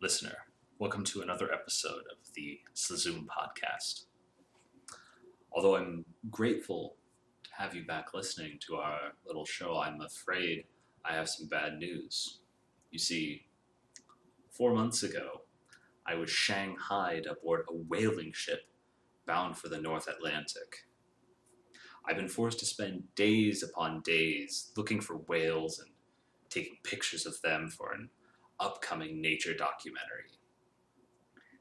listener. Welcome to another episode of the Slazoom podcast. Although I'm grateful to have you back listening to our little show, I'm afraid I have some bad news. You see, four months ago, I was shanghaied aboard a whaling ship bound for the North Atlantic. I've been forced to spend days upon days looking for whales and taking pictures of them for an upcoming nature documentary.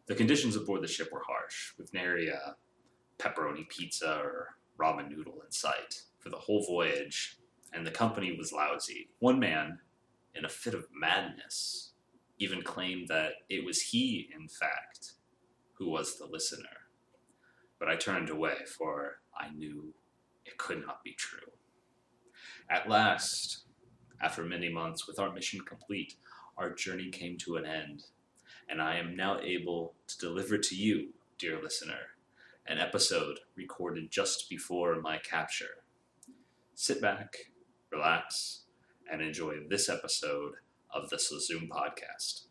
The conditions aboard the ship were harsh, with nary a pepperoni pizza or ramen noodle in sight for the whole voyage, and the company was lousy. One man, in a fit of madness, even claimed that it was he, in fact, who was the listener. But I turned away, for I knew it could not be true. At last, after many months, with our mission complete, our journey came to an end, and I am now able to deliver to you, dear listener, an episode recorded just before my capture. Sit back, relax, and enjoy this episode of the Slazoom Podcast.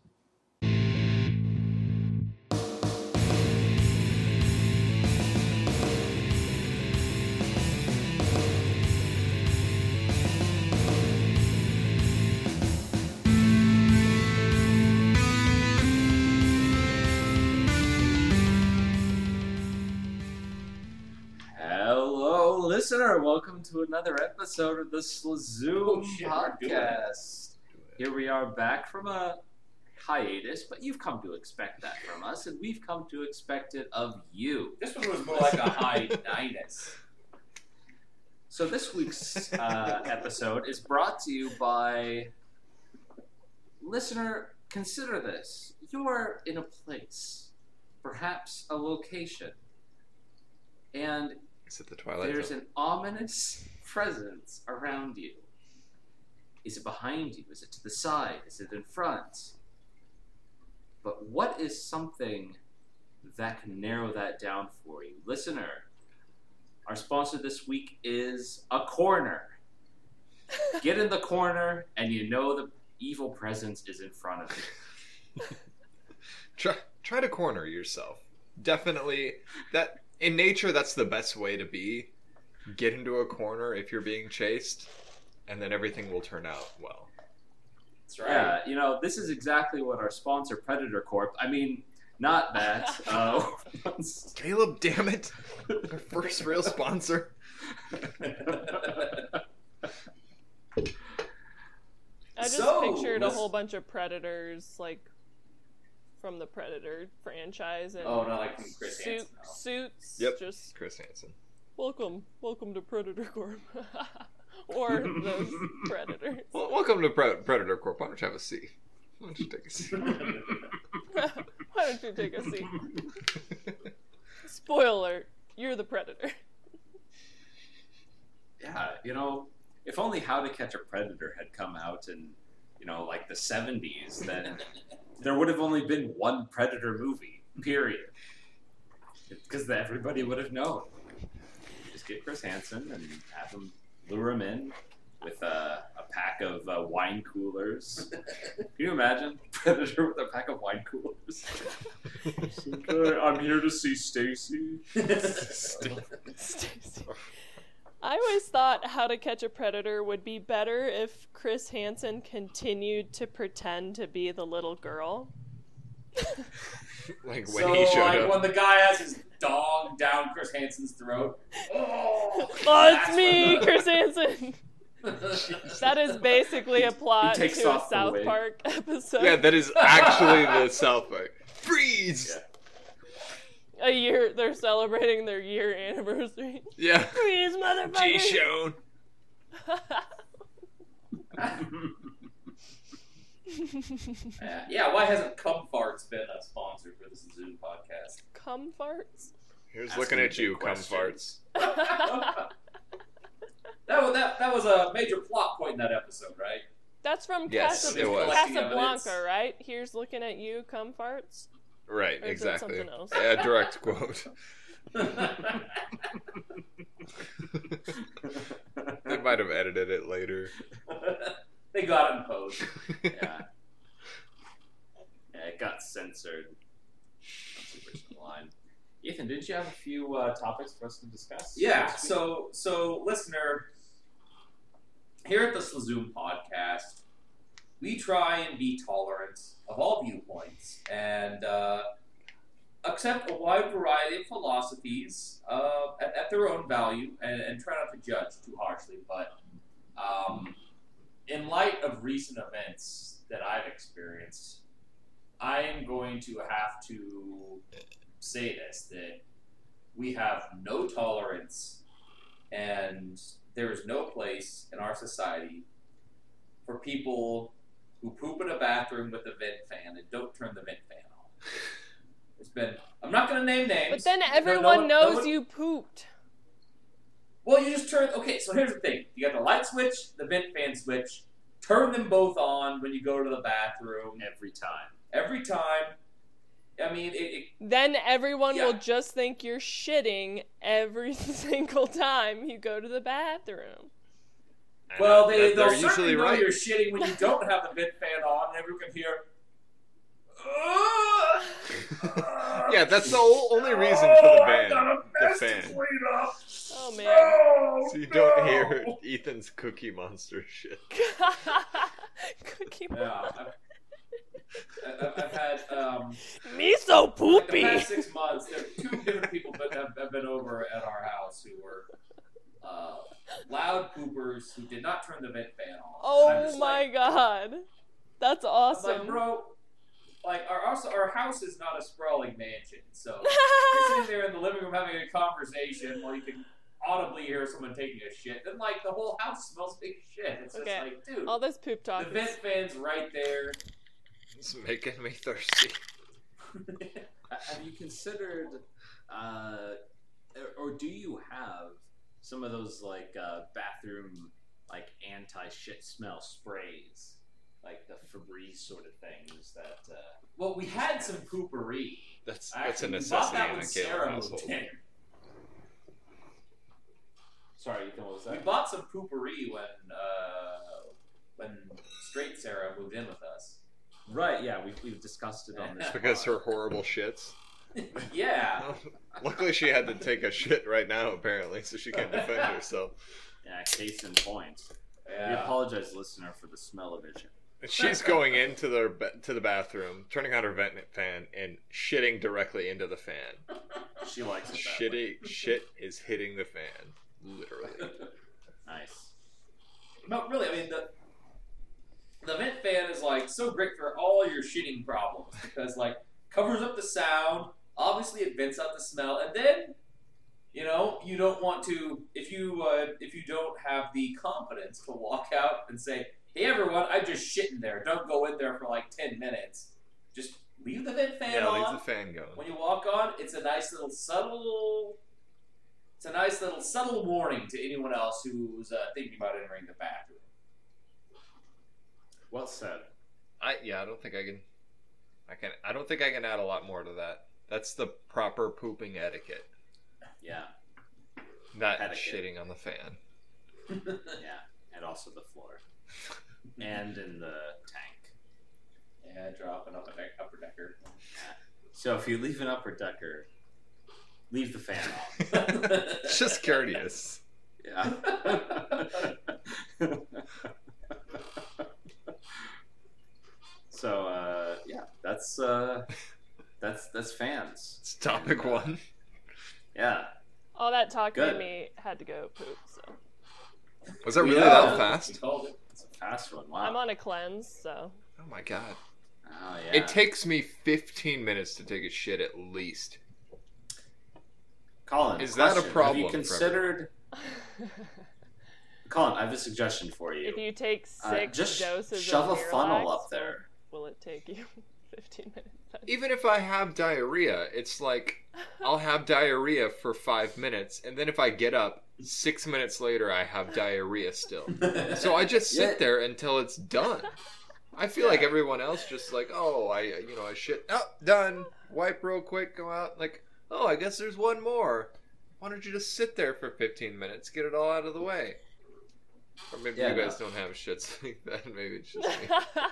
Hello, listener. Welcome to another episode of the Oh, Slazoom shit, we're doing it. podcast. Here we are back from a hiatus, but you've come to expect that from us, and we've come to expect it of you. This one was more like a hiatus. So, this week's uh, episode is brought to you by listener. Consider this you're in a place, perhaps a location, and Is it the Twilight There's Zone? an ominous presence around you. Is it behind you? Is it to the side? Is it in front? But what is something that can narrow that down for you? Listener, our sponsor this week is a corner. Get in the corner, and you know the evil presence is in front of you. Try, try to corner yourself. Definitely, that in nature, that's the best way to be. Get into a corner if you're being chased, and then everything will turn out well. That's right. Yeah, Uh, you know, this is exactly what our sponsor, Predator Corp. I mean, not that. Uh, Caleb, damn it! Our first real sponsor. I just So, pictured a let's- whole bunch of predators, like from the Predator franchise, and Oh, not like from Chris suit- Hansen. no. suits. Yep. Just Chris Hansen. welcome, welcome to Predator Corp, or those predators. Well, welcome to Pre- Predator Corp. Why don't you have a seat? Why don't you take a seat? Why don't you take a seat? Spoiler: You're the predator. yeah, you know, if only How to Catch a Predator had come out in, you know, like the 70s, then there would have only been one Predator movie, period. Because everybody would have known. Just get Chris Hansen and have him lure him in with a, a pack of uh, wine coolers. Can you imagine? Predator with a pack of wine coolers. I'm here to see Stacy. Stacy. I always thought How to Catch a Predator would be better if Chris Hansen continued to pretend to be the little girl. like when so, he showed like, up. when the guy has his dog down Chris Hansen's throat. Oh, Oh, that's it's me, when the- Chris Hansen. That is basically a plot takes to a off the South wig. Park episode Yeah, that is actually the South Park. Freeze! a year. They're celebrating their year anniversary. Yeah. Freeze, G motherfucker! Shone. Yeah, yeah, why hasn't Cum Farts been a sponsor for this Zoom podcast? Cum farts. Here's Asking looking the at big you, cum question. farts. That was, that, that was a major plot point in that episode, right? That's from Yes, Casa- it was. Casablanca, right? Here's looking at you, cum farts. Right, Or is it exactly. something else? A direct quote. they might have edited it later. they got him posed. yeah. yeah, it got Ethan, did you have a few uh, topics for us to discuss? Yeah. So, so listener, here at the Slazoom podcast, we try and be tolerant of all viewpoints and uh, accept a wide variety of philosophies uh, at, at their own value, and, and try not to judge too harshly. But um, in light of recent events that I've experienced, I am going to have to say this that we have no tolerance and there is no place in our society for people who poop in a bathroom with a vent fan and don't turn the vent fan on. It's been I'm not gonna name names. But then No- no everyone one- no knows one- you pooped. Well you just turn okay, so here's the thing. You got the light switch, the vent fan switch, turn them both on when you go to the bathroom. Every time. Every time I mean it, it Then everyone will Yeah. just think you're shitting every single time you go to the bathroom. And Well, that- they, that- they're they'll certainly usually know right. you're shitting when you don't have the vent fan on, and everyone can hear. "Ugh, yeah, that's the o- only reason for the oh, I've got a ban. mess the to fan. clean up. Oh man. Oh, So you don't no." hear Ethan's Cookie Monster shit. Cookie. Yeah, I've, I- I've, I've had um, Me so like the poopy. past six months. There are two different people that have, have been over at our house who were uh, loud poopers who did not turn the vent fan on. And I'm Oh just like, my god. That's I'm like, awesome. bro, like our also our house is not a sprawling mansion, so you're sitting there in the living room having a conversation while you can audibly hear someone taking a shit, then like the whole house smells like shit. It's Okay. just like, dude, All this poop talk. the is- vent fan's right there. It's making me thirsty. Have you considered, uh, or do you have some of those like uh, bathroom like anti shit smell sprays, like the Febreze sort of things that? Uh, Well, we had some poopery. That's that's a Actually, we bought necessity that in when a Sarah Galen moved household. in. sorry, Ethan, what was We that? bought some poopery when uh, when Straight Sarah moved in with us. Right, yeah, we've, we've discussed it on this. Because pod. her horrible shits. Yeah. Luckily, she had to take a shit right now, apparently, so she can defend herself. Yeah, case in point. We Yeah. apologize, listener, for the smell of it. And She's going into the ba- to the bathroom, turning on her vent fan, and shitting directly into the fan. She likes it. That way. Shitty shit is hitting the fan, literally. Nice. No, really. I mean, the the vent fan is like so great for all your shitting problems because like covers up the sound. Obviously, it vents out the smell, and then you know you don't want to if you uh, if you don't have the confidence to walk out and say, "Hey, everyone, I just shit in there. Don't go in there for like ten minutes. Just leave the vent fan Yeah, on." leave the fan going. when you walk on, it's a nice little subtle. It's a nice little subtle warning to anyone else who's uh, thinking about entering the bathroom. Well said. I yeah, I don't think I can. I can. I don't think I can add a lot more to that. That's the proper pooping etiquette, Yeah, not Etiquette. shitting on the fan. yeah, and also the floor, and in the tank. Yeah, dropping up a deck, upper decker. So if you leave an upper decker, leave the fan off. It's just courteous. Yeah. so uh, yeah, that's uh, that's that's fans. It's topic one. Yeah. All that talk Good. made me had to go poop, so Was that We really know. that fast? Told it. It's a fast one. Wow. I'm on a cleanse, so Oh my god! oh yeah. It takes me 15 minutes to take a shit at least. Colin, Is that a question. problem Have you for considered? Colin, I have a suggestion for you. if you take uh, six just doses shove a of funnel Miralax, up there. Will it take you 15 minutes? Even if I have diarrhea, it's like I'll have diarrhea for five minutes, and then if I get up, six minutes later, I have diarrhea still. So I just sit Yeah. there until it's done. I feel like everyone else just like, oh, I you know I shit, oh, done. Wipe real quick, go out. Like, oh, I guess there's one more. Why don't you just sit there for 15 minutes, get it all out of the way? Or maybe Yeah, you no. guys don't have shits like that. Maybe it's just me.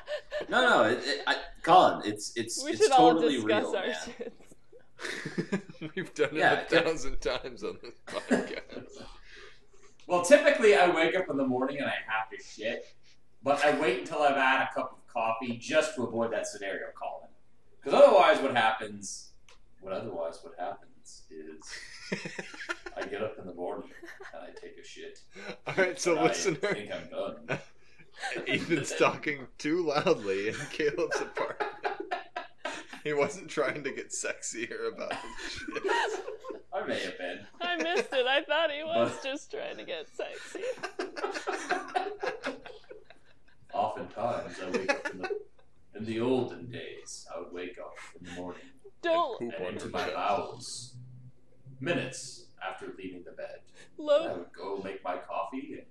No, no, it, it, I, Colin, it's it's we it's should all totally discuss real. our man. shits. oh We've done Yeah, it yeah. a thousand times on this podcast. Well, typically I wake up in the morning and I have to shit, but I wait until I've had a cup of coffee just to avoid that scenario, Colin. Because otherwise, what happens? What otherwise what happens is I get up in the morning and I take a shit. All right, so and I listener, think I'm done. Ethan's talking too loudly in Caleb's apartment. He wasn't trying to get sexier about his shit. I may have been. I missed it. I thought he was just trying to get sexy. Oftentimes, I wake up in the in the olden days. I would wake up in the morning Don't Poop and on into her my chest. bowels minutes after leaving the bed. I low would go make my coffee and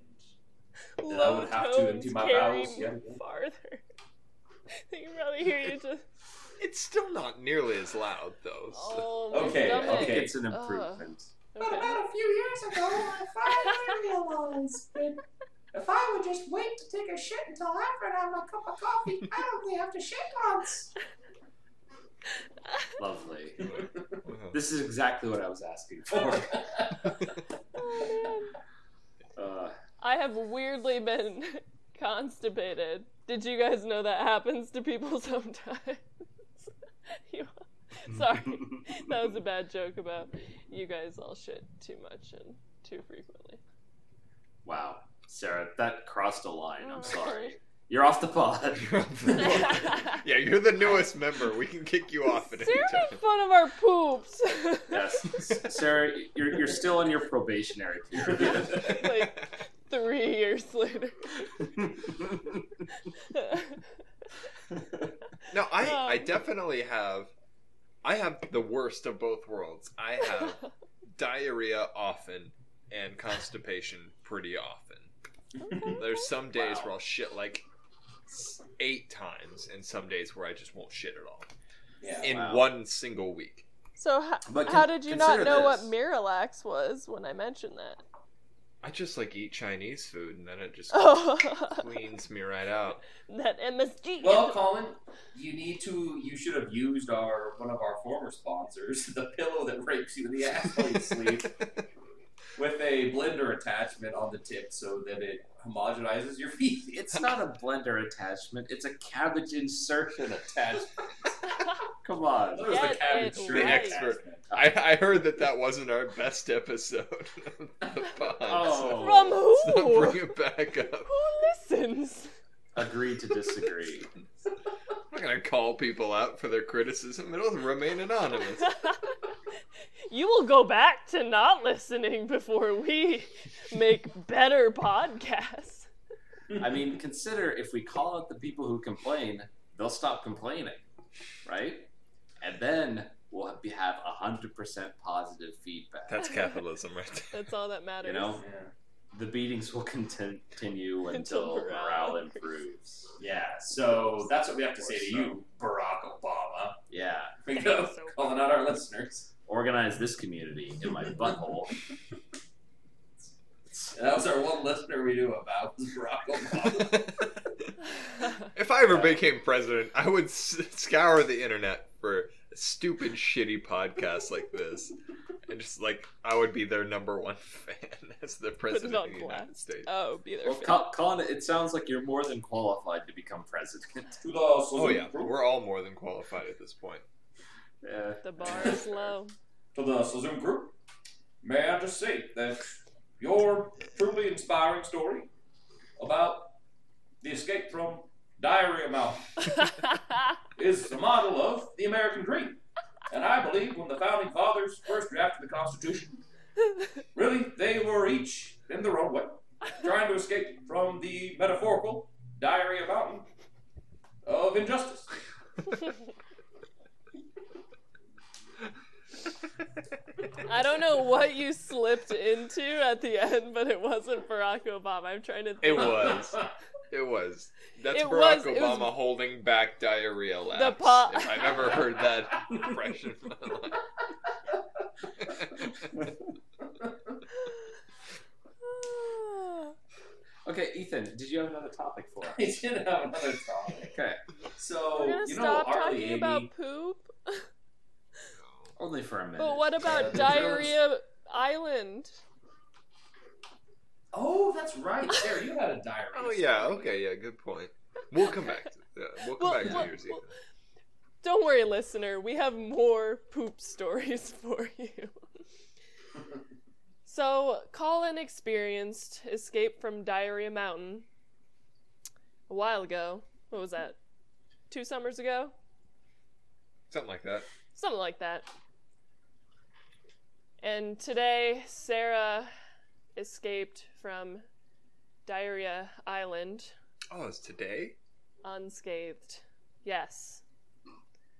then I low would have to tones empty my carry bowels. Yeah, yeah. farther. They can probably hear you just. It's still not nearly as loud, though. So. Oh, my Okay, stomach. okay. It's an improvement. But Okay. about a few years ago, I finally realized that if I would just wait to take a shit until after I have my cup of coffee, I don't really have to shit once. Uh. Lovely. Wow. This is exactly what I was asking for. Oh, man. Uh, I have weirdly been constipated. Did you guys know that happens to people sometimes? You- Sorry, that was a bad joke about you guys all shit too much and too frequently. Wow, Sarah, that crossed a line. Oh, I'm sorry. you're off the pod. yeah, you're the newest member. We can kick you off at any Sarah time. made fun of our poops. Yes, S- Sarah, you're you're still on your probationary period. like three years later. No, I, I Um. definitely have. I have the worst of both worlds. I have diarrhea often and constipation pretty often. There's some days where I'll shit like s- eight times, and some days where I just won't shit at all Yeah. in Wow. one single week. so, how, But how con- did you not consider know what this. Miralax was when I mentioned that? I just like eat Chinese food, and then it just Oh, cleans me right out. that MSG. Well, Colin, you need to. You should have used our one of our former sponsors, the pillow that rapes you in the ass while you sleep, with a blender attachment on the tip so that it homogenizes your feet. It's not a blender attachment. It's a cabbage insertion attachment. Come on. That was Get the cabbage it shrimp right. Expert. attachment. I, I heard that that wasn't our best episode of the pod. Oh. From who? So, so bring it back up. Who listens? Agree to disagree. I'm not gonna call people out for their criticism. It'll remain anonymous. you will go back to not listening before we make better podcasts. I mean, consider if we call out the people who complain, they'll stop complaining, right? And then we'll be, have 100% positive feedback. That's capitalism, right That's all that matters. You know? Yeah. The beatings will continue Until until morale morale increases. improves. Yeah, so that's what we have to say to So- you, Barack Obama. Yeah. We go So- calling out our listeners. Organize this community in my butthole. And that was our one listener we knew about was Barack Obama. now? if I ever became president, I would s- scour the internet for stupid, shitty podcasts like this, and just like I would be their number one fan as the president on of the United blast. States. oh, be there. Well, Col- Colin, it sounds like you're more than qualified to become president. Oh yeah, we're all more than qualified at this point. Yeah. The bar is low. to the Saloon Group. May I just say that your truly inspiring story about the escape from Diarrhea Mountain is the model of the American dream. And I believe when the founding fathers first drafted the Constitution, really, they were each in their own way, trying to escape from the metaphorical Diarrhea Mountain of injustice. I don't know what you slipped into at the end, but it wasn't Barack Obama. I'm trying to. It Think. was. It was. That's It Barack was- it was- Obama holding back diarrhea laughs. The po- If I've ever heard that impression in my life. Okay, Ethan, did you have another topic for us? I did have another topic. Okay. So, We're gonna Oh, you know, stop Arlie talking Agee- about poop. Oh, Only for a minute. But what Uh, about the Diarrhea Island? Oh, that's right. Sarah, you had a diary. Oh yeah, okay, yeah, good point. We'll come back. To, yeah, we'll come Well, back to well, yours. well, Don't worry, listener. We have more poop stories for you. so, Colin experienced escape from Diarrhea Mountain a while ago. What was that? Two summers ago? Something like that. Something like that. And today, Sarah escaped from Diarrhea Island Oh, it's today. unscathed. Yes.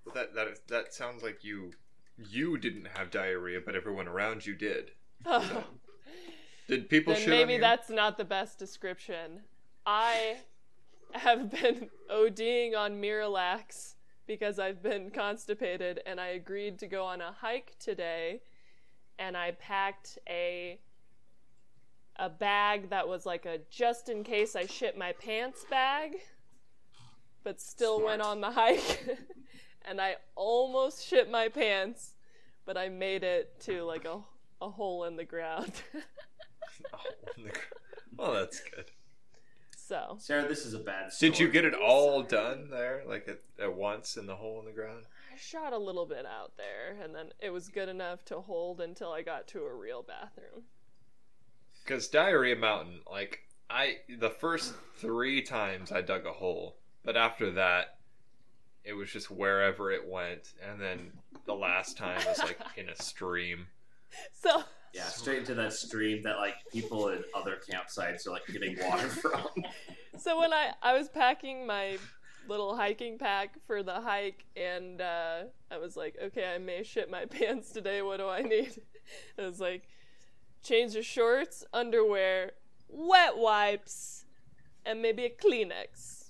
Well, that that is, that sounds like you you didn't have diarrhea, but everyone around you did. Oh. Did people then shit on maybe you? that's not the best description. I have been ODing on Miralax because I've been constipated, and I agreed to go on a hike today, and I packed a a bag that was like a just in case I shit my pants bag, but still went Smart. on the hike, and I almost shit my pants, but I made it to like a a hole in the ground. Oh, well, that's good. So Sarah, this is a bad story. Did you get it all done there, like at, at once in the hole in the ground? I shot a little bit out there, and then it was good enough to hold until I got to a real bathroom. Because Diarrhea Mountain, like I, the first three times I dug a hole, but after that, it was just wherever it went, and then the last time was like in a stream. So Yeah, straight into that stream that like people in other campsites are like getting water from. so when I I was packing my little hiking pack for the hike, and uh, I was like, okay, I may shit my pants today. What do I need? I was like, change of shorts, underwear, wet wipes, and maybe a Kleenex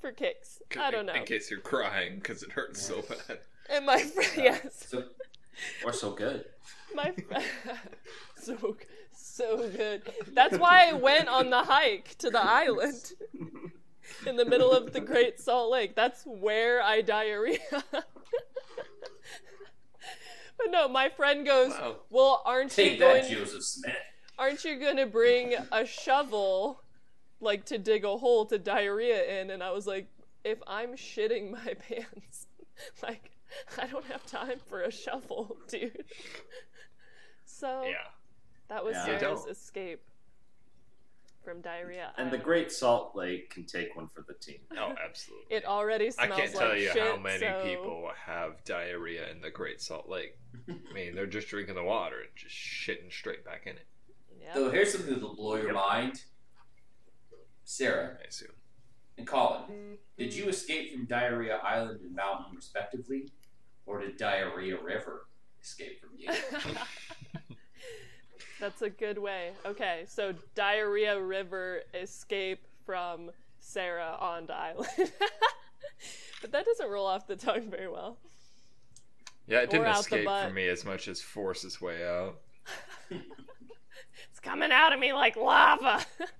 for kicks. I don't know. In case you're crying because it hurts so bad. And my friend, yes. So, or so good. My fr- so g- so good. That's why I went on the hike to the island in the middle of the Great Salt Lake. That's where I diarrhea. but no, my friend goes, Wow. "Well, aren't Take you that, going? Joseph Smith. Aren't you going to bring a shovel, like to dig a hole to diarrhea in?" And I was like, "If I'm shitting my pants, like I don't have time for a shovel, dude." So that was Yeah. You Sarah's don't. escape from diarrhea. And the Island. Great Salt Lake can take one for the team. Oh, absolutely. It already I smells can't like tell you shit, how many so- people have diarrhea in the Great Salt Lake. I mean, they're just drinking the water and just shitting straight back in it. Yeah. So here's something that'll blow your Yep. mind. Sarah I assume. and Colin, did you escape from Diarrhea Island and Mountain respectively, or did Diarrhea River escape from you? That's a good way. Okay, so diarrhea river escape from Sarah on the island. but that doesn't roll off the tongue very well. Yeah, Or it didn't out the escape butt. from me as much as force its way out. It's coming out of me like lava.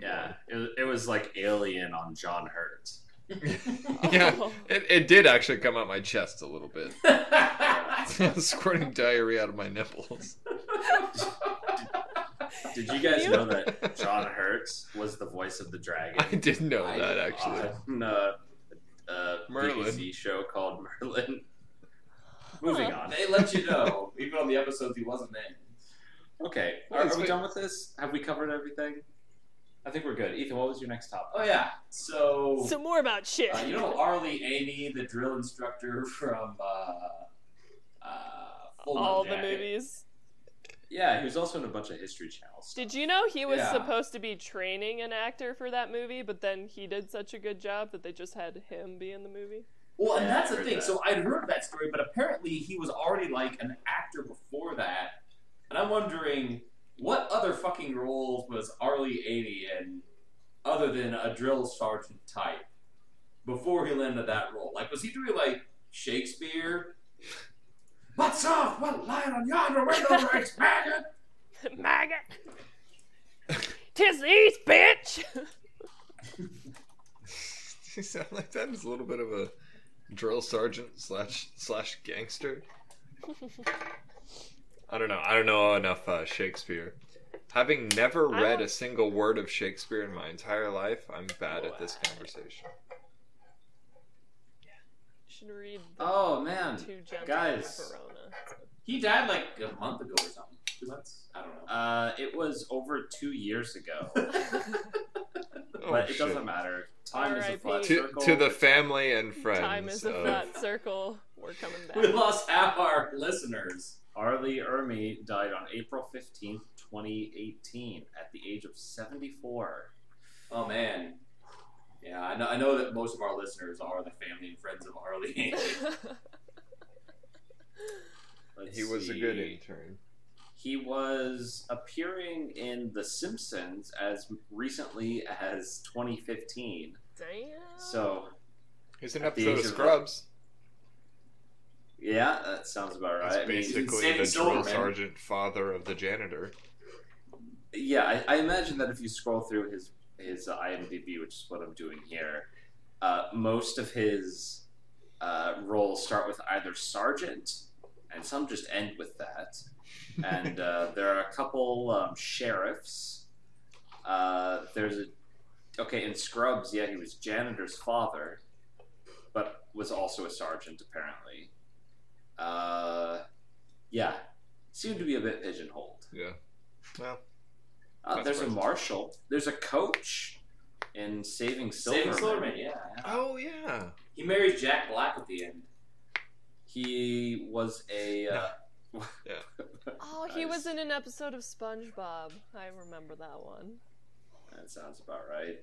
Yeah, it, it was like Alien on John Hurt. yeah. Oh. It, it did actually come out my chest a little bit. Squirting diarrhea out of my nipples. Did you guys You- know that John Hurt was the voice of the dragon I didn't know I that did actually. on uh, a Merlin. BBC show called Merlin? Moving on. they let you know, even on the episodes he wasn't in. Okay, are, Please, are we wait. done with this? Have we covered everything? I think we're good. Ethan, what was your next topic? Oh yeah, so Some more about shit. Uh, you know Arlie Amy, the drill instructor from uh, uh, Full Metal all the Jacket? movies. Yeah, he was also in a bunch of History Channel stuff. Did you know he was Yeah. supposed to be training an actor for that movie, but then he did such a good job that they just had him be in the movie? Well, and Yeah, that's I the heard thing. that. So I'd heard that story, but apparently he was already like an actor before that, and I'm wondering what other fucking roles was Arlie Amy in, other than a drill sergeant type, before he landed that role. Like, was he doing like Shakespeare? What's up? What light on yonder window breaks, maggot? Maggot! Tis the East, bitch! you sound like that is a little bit of a drill sergeant slash slash gangster. I don't know. I don't know enough uh, Shakespeare. Having never I read don't- a single word of Shakespeare in my entire life, I'm bad at this conversation. Should read the Oh man, two gentlemen guys. Corona. He died like a month ago or something. Two months? I don't know. uh, it was over two years ago, Oh, but it shit. doesn't matter. Time is a R.I.P. flat To, circle. to the family and friends. Time is a of- flat circle. We're coming We back. lost half our listeners. Arlie Ermy died on April fifteenth, twenty eighteen, at the age of seventy-four. Oh man. Yeah, I know. I know that most of our listeners are the family and friends of Harley. Let's He was a see. good intern. He was appearing in The Simpsons as recently as 2015. Damn. So, He's an At the episode age of of- Scrubs. yeah, that sounds about right. He's I mean, basically Sandy the drill Silverman. sergeant father of the janitor. yeah, I, I imagine that if you scroll through his his uh, IMDb, which is what I'm doing here, uh, most of his uh, roles start with either sergeant, and some just end with that. And uh, there are a couple um, sheriffs. Uh, there's a okay in Scrubs. Yeah, he was janitor's father, but was also a sergeant apparently. Uh, yeah, seemed to be a bit pigeonholed. Yeah. Uh, Not there's a surprised. marshal. There's a coach in Saving Silverman. Saving Silverman, yeah. Oh yeah. He marries Jack Black at the end. He was a. Uh, Oh, he Nice. was in an episode of SpongeBob. I remember that one. that sounds about right.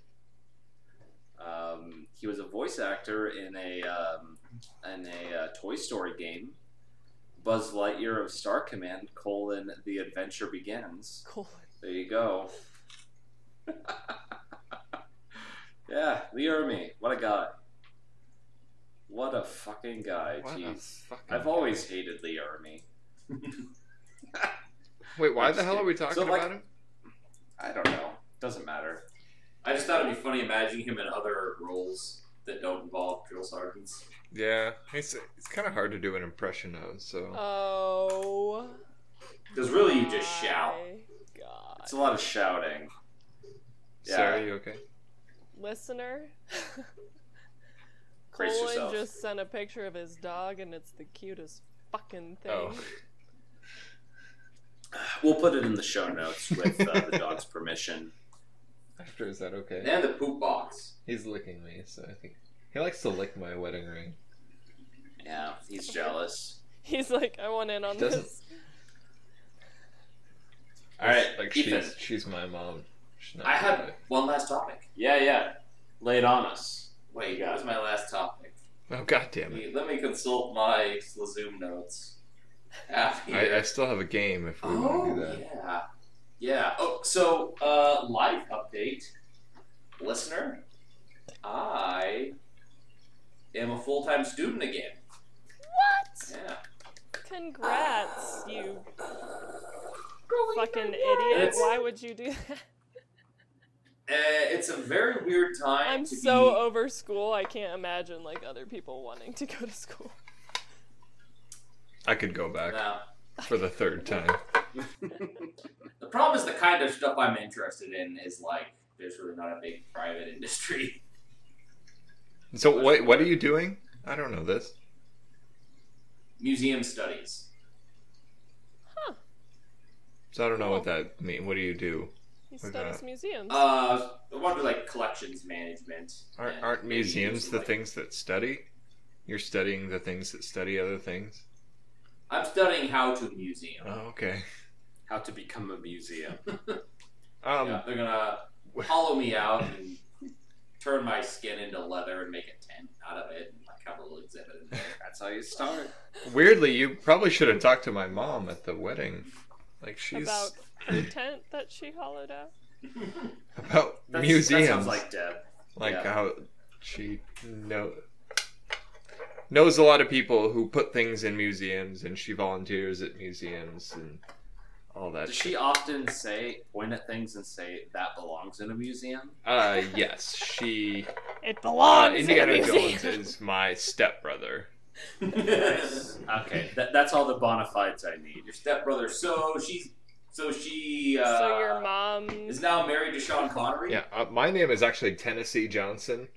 Um, he was a voice actor in a um, in a uh, Toy Story game. Buzz Lightyear of Star Command: colon, The Adventure Begins. Cool. There you go. yeah, Lee Ermey. What a guy. What a fucking guy. What a Jeez. fucking I've always hated Lee Ermey. Wait, why the hell are we talking So, like- about him? I don't know. Doesn't matter. I just thought it'd be funny imagining him in other roles that don't involve drill sergeants. Yeah, it's it's kind of hard to do an impression of. So Oh. Because really, you just shout. my God. It's a lot of shouting. yeah. Sarah, you okay? Listener. Brace Colin yourself. just sent a picture of his dog, and it's the cutest fucking thing. Oh. We'll put it in the show notes with uh, the dog's permission. After is that okay? And the poop box. He's licking me, so I think he likes to lick my wedding ring. Yeah, he's jealous. He's like, I want in on Doesn't- this. All right, like Ethan. she's she's my mom. She's not I have my- one last topic. Yeah, yeah. Lay it on us. Wait, Yeah. that was my last topic. Oh god damn Let it! me, let me consult my Slazoom notes. Half I, I still have a game if we want to do Oh that. yeah, yeah. Oh, so uh, live update, listener. I am a full time student again. What? Yeah, Congrats, you fucking idiot. It's- Why would you do that? uh, it's a very weird time. I'm to so be... over school. I can't imagine like other people wanting to go to school. I could go back Nah. for the third time. The problem is the kind of stuff I'm interested in is like there's really not a big private industry. So what what are you doing? I don't know this. Museum studies. So I don't know what that mean. What do you do? He Like studies that. museums. Uh, I want to do like collections management. Aren't, and aren't maybe museums using, the like- things that study? You're studying the things that study other things. I'm studying how to museum. Oh, okay. How to become a museum. Um, yeah, they're gonna hollow me out and turn my skin into leather and make a tent out of it and like have a little exhibit in there. That's how you start. Weirdly, you probably should have talked to my mom at the wedding. Like she's About about, her tent that she hollowed out. That's, That museums, sounds like like, Deb. yeah. how she know knows a lot of people who put things in museums, and she volunteers at museums and all that. Does she often say, point at things and say, that belongs in a museum? Uh, yes, she. It Uh, belongs in a Indiana museum. Jones is my stepbrother. Nice. okay, that, that's all the bona fides I need. Your stepbrother. So she's so she uh, so your mom. is now married to Sean Connery. Yeah, uh, my name is actually Tennessee Johnson.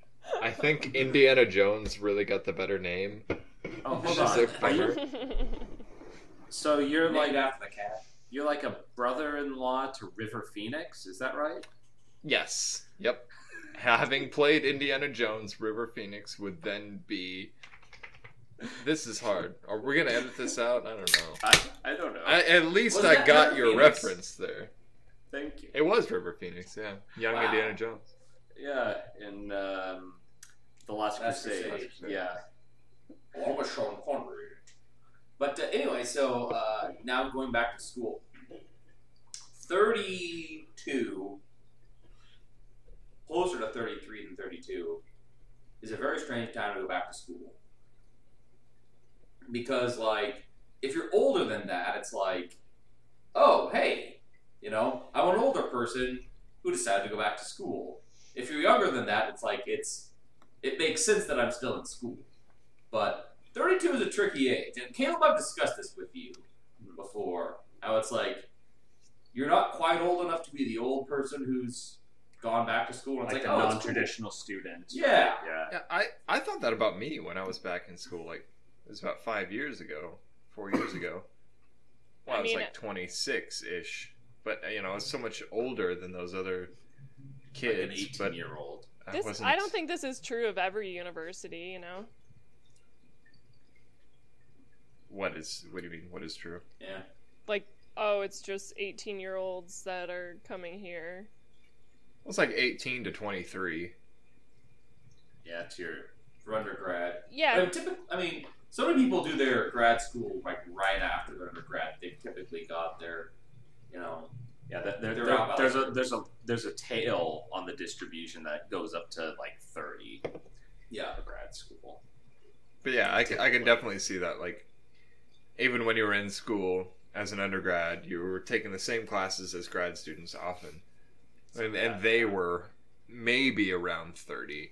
I think Indiana Jones really got the better name. Oh, She's hold a on. Are you- bummer. so you're like Named after the cat. you're like a brother-in-law to River Phoenix, is that right? Yes. Yep. Having played Indiana Jones, River Phoenix would then be. This is hard. Are we gonna edit this out? I don't know. I, I don't know. I, at least Was I that got River your Phoenix? reference there. Thank you. It was River Phoenix, yeah. Young Wow. Indiana Jones. Yeah, in um, the Last Last Crusade. Crusade. Yeah. Along with Sean Connery. But uh, anyway, so uh, now going back to school. Thirty-two, closer to thirty-three than thirty-two, is a very strange time to go back to school. Because like, if you're older than that, it's like, oh hey, you know, I'm an older person who decided to go back to school. If you're younger than that, it's like it's it makes sense that I'm still in school. But 32 is a tricky age, and Caleb, I've discussed this with you before. How it's like you're not quite old enough to be the old person who's gone back to school. And Like, it's like, the oh, it's cool. non-traditional student. Yeah. Yeah. Yeah, I, I thought that about me when I was back in school. Like, it was about five years ago, four years ago. Well, I, I was mean- like 26 ish. But, you know, I was so much older than those other Like kids. an 18 but year old. I This, wasn't. I don't think this is true of every university, you know? What is. What do you mean? What is true? Yeah. Like, oh, it's just 18 year olds that are coming here. It was like 18 to 23. Yeah, it's your For undergrad. I Yeah, mean, typically, I mean, so many people do their grad school like right after their undergrad. They typically got their, you know, Yeah, there, there, They're there- out by there's like- a there's a there's a tail on the distribution that goes up to like thirty yeah. out of grad school. But yeah, I can, I can definitely see that. Like, even when you were in school as an undergrad, you were taking the same classes as grad students often, and, and they were maybe around thirty.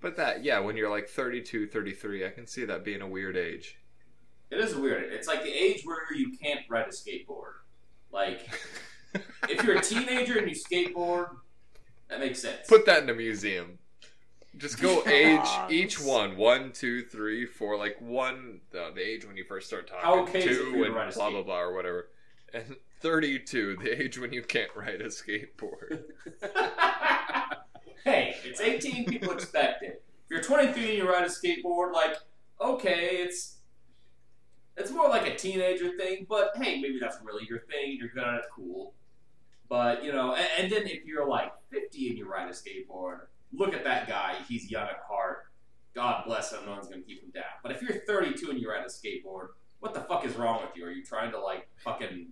But that, yeah, when you're like 32, 33, I can see that being a weird age. It is weird. It's like the age where you can't ride a skateboard. Like, if you're a teenager and you skateboard, that makes sense. Put that in a museum. Just go age Yes. each one. One, two, three, four. Like one, the, the age when you first start talking. How okay is it for you two, to and ride a blah, blah, skate? blah, or whatever. And 32, the age when you can't ride a skateboard. hey, it's 18, people expect it. If you're 23 and you ride a skateboard, like, okay, it's it's more like a teenager thing, but hey, maybe that's really your thing, you're good at it, cool. But, you know, and, and then if you're like 50 and you ride a skateboard, look at that guy, he's young at heart. God bless him, no one's gonna keep him down. But if you're 32 and you ride a skateboard, what the fuck is wrong with you? Are you trying to, like, fucking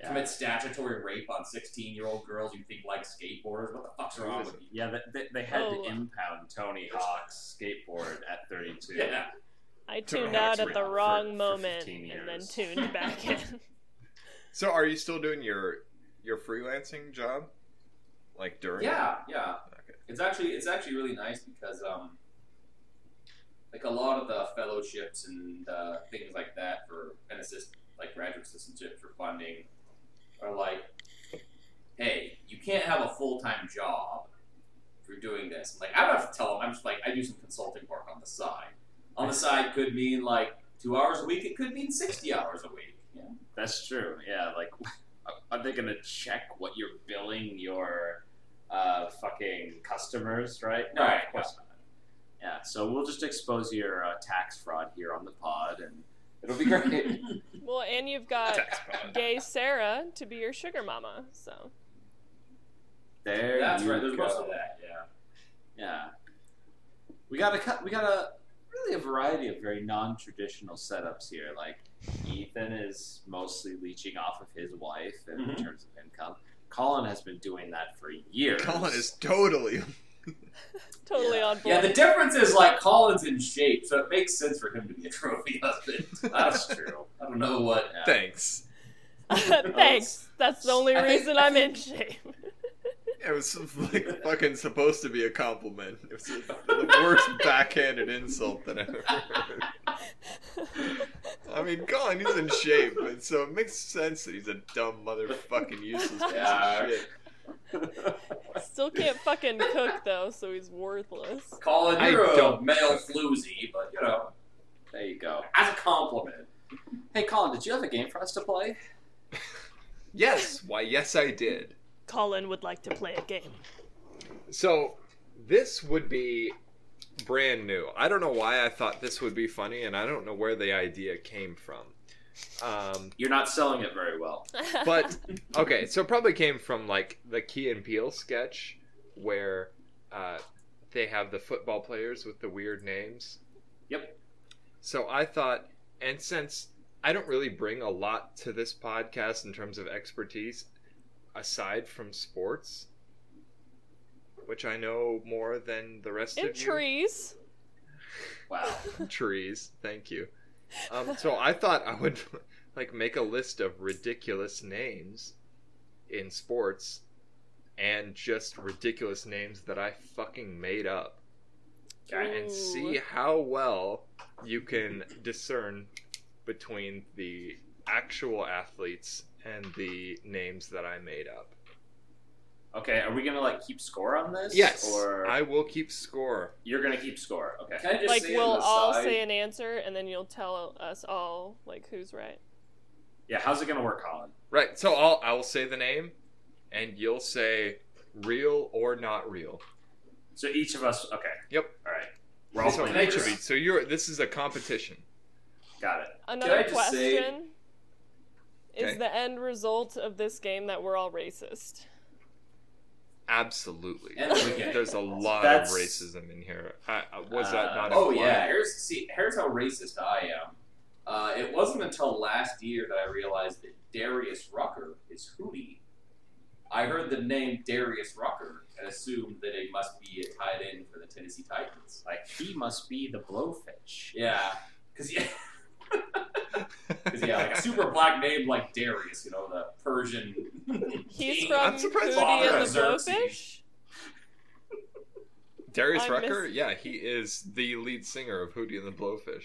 Yeah. commit statutory rape on 16 year old girls you think like skateboarders. What the fuck's wrong with you? Yeah, they, they, they had to Oh. impound Tony Hawk's skateboard at thirty two. Yeah. I Don't tuned know out what's at the wrong for- wrong for moment 15 and then years. tuned back in. So are you still doing your your freelancing job? Like during Yeah, yeah. Okay. It's actually it's actually really nice because um, like a lot of the fellowships and uh, things like that for and assist like graduate assistantship for funding are like, hey, you can't have a full time job if you're doing this. like I don't have to tell them. I'm just like I do some consulting work on the side. On the side could mean like two hours a week. It could mean sixty hours a week. Yeah. That's true. Yeah, like are they gonna check what you're billing your uh, fucking customers, right? No, Right, of course not. Yeah, so we'll just expose your uh, tax fraud here on the pod, and it'll be great. well, and you've got tax pod? gay Sarah to be your sugar mama, so. there, That's you right. There's go. most of that. Yeah. Yeah. We got a cou- we got a really a variety of very non-traditional setups here. Like Ethan is mostly leeching off of his wife in Mhm. terms of income. Colin has been doing that for years. Colin is totally Totally on board. Yeah, the difference is like Colin's in shape, so it makes sense for him to be a trophy husband. that's true. I don't know what. Yeah. thanks. Thanks. That's the only I think- reason I I'm in think- shape. It was like fucking supposed to be a compliment. It was the worst backhanded insult that I ever heard. I mean, Colin, he's in shape, and so it makes sense that he's a dumb motherfucking useless piece Yeah. of shit. Still can't fucking cook though, so he's worthless. Colin, I you're a don't- male floozy, but you know, There you go. as a compliment. Hey, Colin, did you have a game for us to play? Yes, why, yes, I did. Colin would like to play a game. So this would be brand new. I don't know why I thought this would be funny, and I don't know where the idea came from. Um, You're not selling it very well. but okay, so it probably came from like the Key and Peele sketch where uh, they have the football players with the weird names. Yep. So I thought, and since I don't really bring a lot to this podcast in terms of expertise aside from sports, which I know more than the rest and of you trees. Wow. trees. Thank you. Um, so I thought I would like make a list of ridiculous names in sports, and just ridiculous names that I fucking made up, and see how well you can discern between the actual athletes and the names that I made up. Okay, are we gonna like keep score on this? Yes, Or I will keep score. you're gonna keep score. Okay. Can I just Like say we'll on the all side, say an answer, and then you'll tell us all like who's right. Yeah, how's it gonna work, Colin? Right. So I'll I will say the name, and you'll say real or not real. So each of us okay. Yep. Alright. We're all So, playing can I this. just- so you're this is a competition. Got it. Another I just question say- Okay. is the end result of this game that we're all racist. Absolutely. And the weekend. There's a lot That's- of racism in here. I, I, was Uh, that not? Oh implied? yeah, here's see here's how racist I am. Uh, it wasn't until last year that I realized that Darius Rucker is Hootie. I heard the name Darius Rucker and assumed that it must be a tight end for the Tennessee Titans. Like he must be the blowfish. Yeah, because yeah, 'cause, yeah, like a super black name like Darius, you know, the Persian. He's king. from I'm surprised Hootie Father and of the Blowfish. Xerxes. Darius I Rucker. miss- Yeah, he is the lead singer of Hootie and the Blowfish.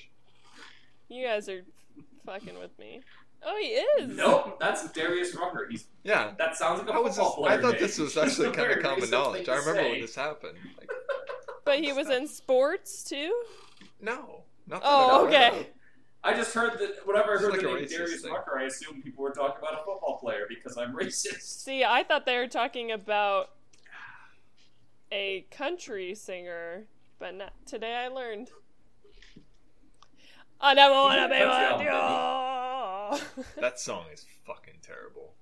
You guys are fucking with me. Oh, he is. Nope, that's Darius Rucker. He's Yeah. that sounds like a I was. football Just, I player thought name. this was actually kind Very of common racist knowledge. thing I to remember say. when this happened. Like, But he was in sports too. no, not that Oh, I'm aware okay. of. I just heard that whenever I It's heard like the a name racist Darius thing. Rucker, I assumed people were talking about a football player because I'm racist. See, I thought they were talking about a country singer, but not today. I learned. I never wanna be with you. That song is fucking terrible.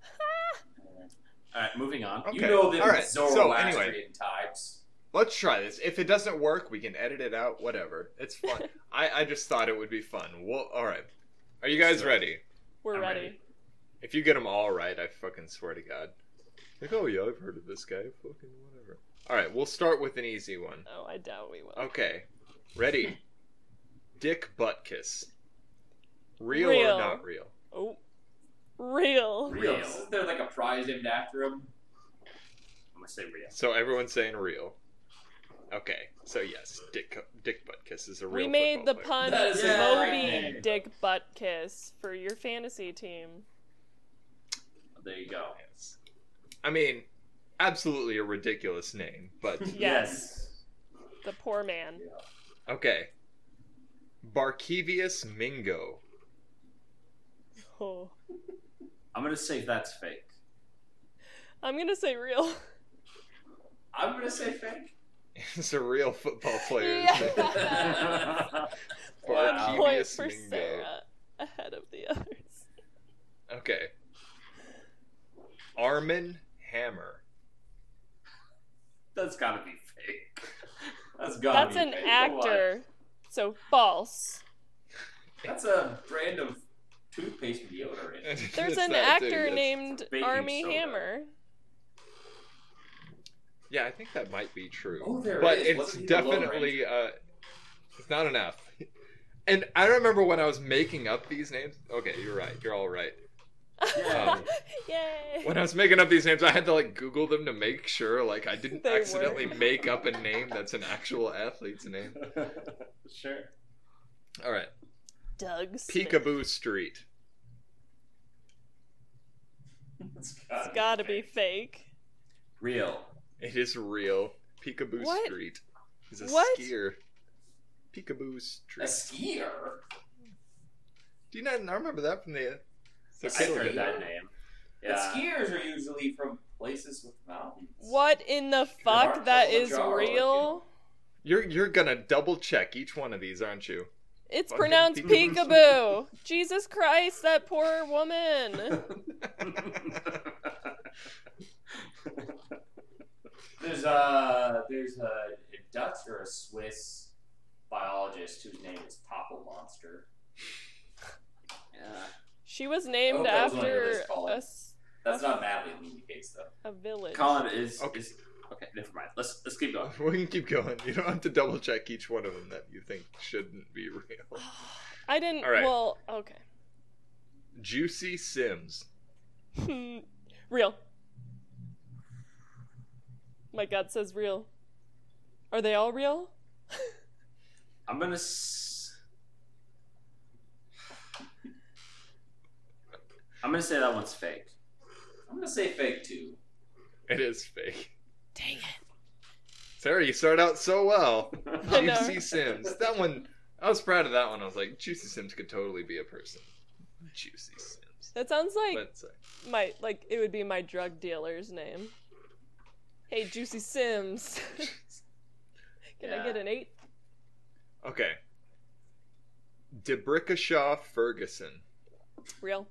Alright, moving on. Okay. You know them All right. So, Zoroastrian anyway. types. Let's try this. If it doesn't work, we can edit it out. Whatever. It's fun. I, I just thought it would be fun. Well, all right. Are you guys Sure. ready? We're I'm ready. ready. If you get them all right, I fucking swear to God. Like, oh yeah, I've heard of this guy. Fucking whatever. All right, we'll start with an easy one. Oh, I doubt we will. Okay, ready? Dick butt kiss. Real, Real. or not real? Oh, real. Real. Real. Isn't there like a prize named after him? I'm gonna say real. So everyone's saying real. Okay, so yes, dick dick butt kiss is a real. we made football the player. pun That is Moby a great name. Dick Butt Kiss for your fantasy team. There you go. Yes. I mean, absolutely a ridiculous name, but Yes. The poor man. okay. Barkevius Mingo. Oh. I'm gonna say that's fake. I'm gonna say real. I'm gonna say fake. is a real football player. Yeah. One Barkevius point for Mingo. Sarah ahead of the others. Okay. Armin Hammer. That's gotta be fake. That's got That's an actor. So false. That's a brand of toothpaste and deodorant. There's an actor named baking Army soda. Hammer. Yeah, I think that might be true. Oh, there but it is. it's Wasn't he the Lone definitely uh, it's not enough. And I remember when I was making up these names. Okay, you're right. You're all right. Yeah. Yay! When I was making up these names, I had to like Google them to make sure like I didn't They were. accidentally make up a name that's an actual athlete's name. sure. All right, Doug Smith. Peekaboo Street. It's It's gotta be fake. real. It is real. Peekaboo What? Street. He's a What? skier. Peekaboo A Street. skier. Do you not I remember that from the? the I Kindle heard video. that name. But Yeah. skiers are usually from places with mountains. What in the Mark fuck? That is Kilimanjaro, real. You're you're gonna double check each one of these, aren't you? It's Fucking pronounced peekaboo. peekaboo. Jesus Christ, that poor woman. There's a there's a, a Dutch or a Swiss biologist whose name is Popple Monster. yeah. She was named that was on your after list, Colin. a, s- That's not madly communicates though. a village. Colin is Okay. is okay. Never mind. Let's let's keep going. We can keep going. You don't have to double check each one of them that you think shouldn't be real. I didn't. All right. Well, okay. Juicy Sims. Hmm. real. My gut says real. Are they all real? I'm gonna. S- I'm gonna say that one's fake. I'm gonna say fake too. It is fake. Dang it. Sarah, you start out so well. I know. Juicy Sims. That one, I was proud of that one. I was like, Juicy Sims could totally be a person. Juicy Sims. That sounds like But uh, my like it would be my drug dealer's name. Hey, Juicy Sims. Can I Yeah. get an eight? okay. Debrickashaw Ferguson. Real.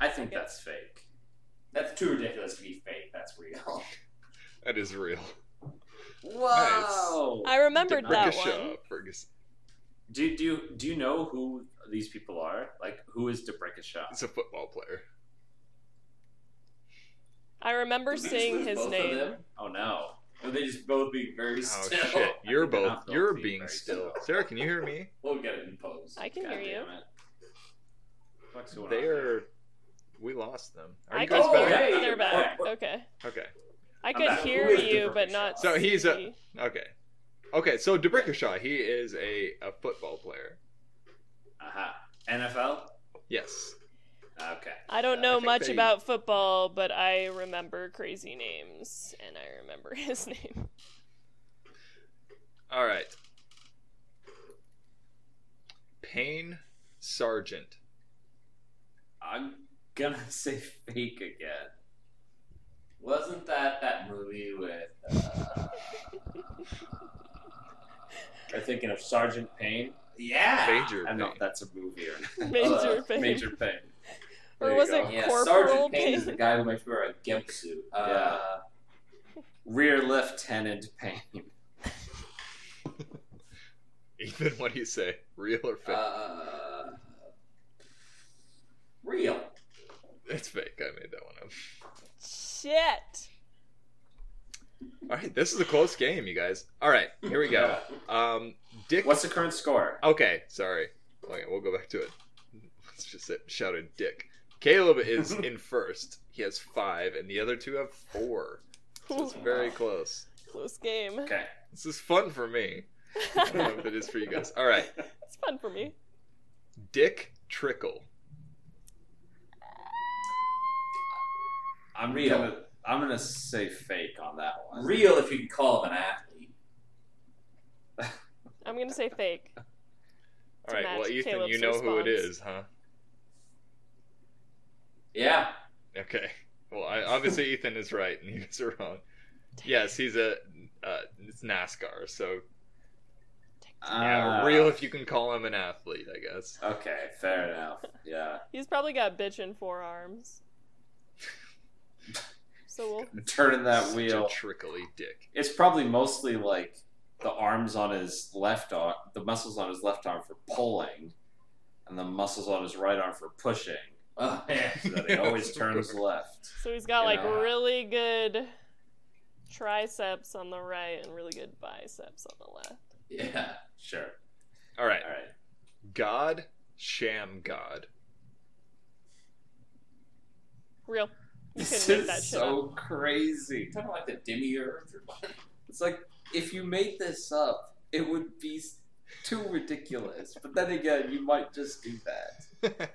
I think Okay. that's fake. That's too ridiculous to be fake. That's real. That is real. Whoa! I remembered that Debrickashaw one. Ferguson. Do do you do you know who these people are? Like who is Debrickashaw? He's a football player. I remember seeing his Both of name. them? Oh no! Or they just both be very Oh still. shit! You're think they're both. not both You're being being very still. still. Sarah, can you hear me? We'll get it in post. I can God hear you. damn it. What's going on They here? are. We lost them. Are I you can guys Oh, hear. back? hey, They're you're back. back. Okay. Okay. I I'm could back. hear Who is you, Debrickashaw? but not. So he's a- see. Okay. Okay. So Debrickashaw, he is a, a football player. Aha. NFL. Yes. Okay. I don't I know think much they- about football, but I remember crazy names, and I remember his name. All right. Payne Sargent. I'm gonna say fake again. Wasn't that that movie with? Uh, You're thinking of Sergeant Payne. yeah. Major I don't know Payne. if that's a movie or not. Major Payne. Major Payne. or There you was go. it Uh, Yeah, Corporal Sergeant Payne is the Payne? guy who might wear a gimp suit. Uh, Rear Lieutenant Payne. Ethan, what do you say? Real or fake? uh, real. it's fake. I made that one up. Shit. All right. This is a close game, you guys. All right. Here we go. Um, Dick. What's the current score? Okay, sorry. Okay, we'll go back to it. Let's just say- shout a dick. Caleb is in first. He has five, and the other two have four. So it's very close. Close game. Okay. This is fun for me. I don't know if it is for you guys. All right, it's fun for me. Dick Trickle. I'm Real. gonna I'm gonna say fake on that one. Real if you can call him an athlete. I'm gonna say fake. All right, well, match Ethan, Caleb's you know who it response. is, huh? Yeah. Okay. Well, I, obviously Ethan is right, and you guys are wrong. Yes, he's a uh, it's NASCAR, so yeah, Uh, real if you can call him an athlete, I guess. Okay, fair enough. Yeah. He's probably got bitchin' forearms. So we'll. Turning that Such wheel. a trickly dick. It's probably mostly like the arms on his left arm, the muscles on his left arm for pulling, and the muscles on his right arm for pushing. Oh, yeah. So that he always turns left. So he's got like Yeah. really good triceps on the right and really good biceps on the left. Yeah. Sure. All right. All right. God, sham god. Real. You This couldn't make is that shit up. so crazy. You're talking about like the demi earth or what? It's like if you made this up, it would be s- too ridiculous. But then again, you might just do that.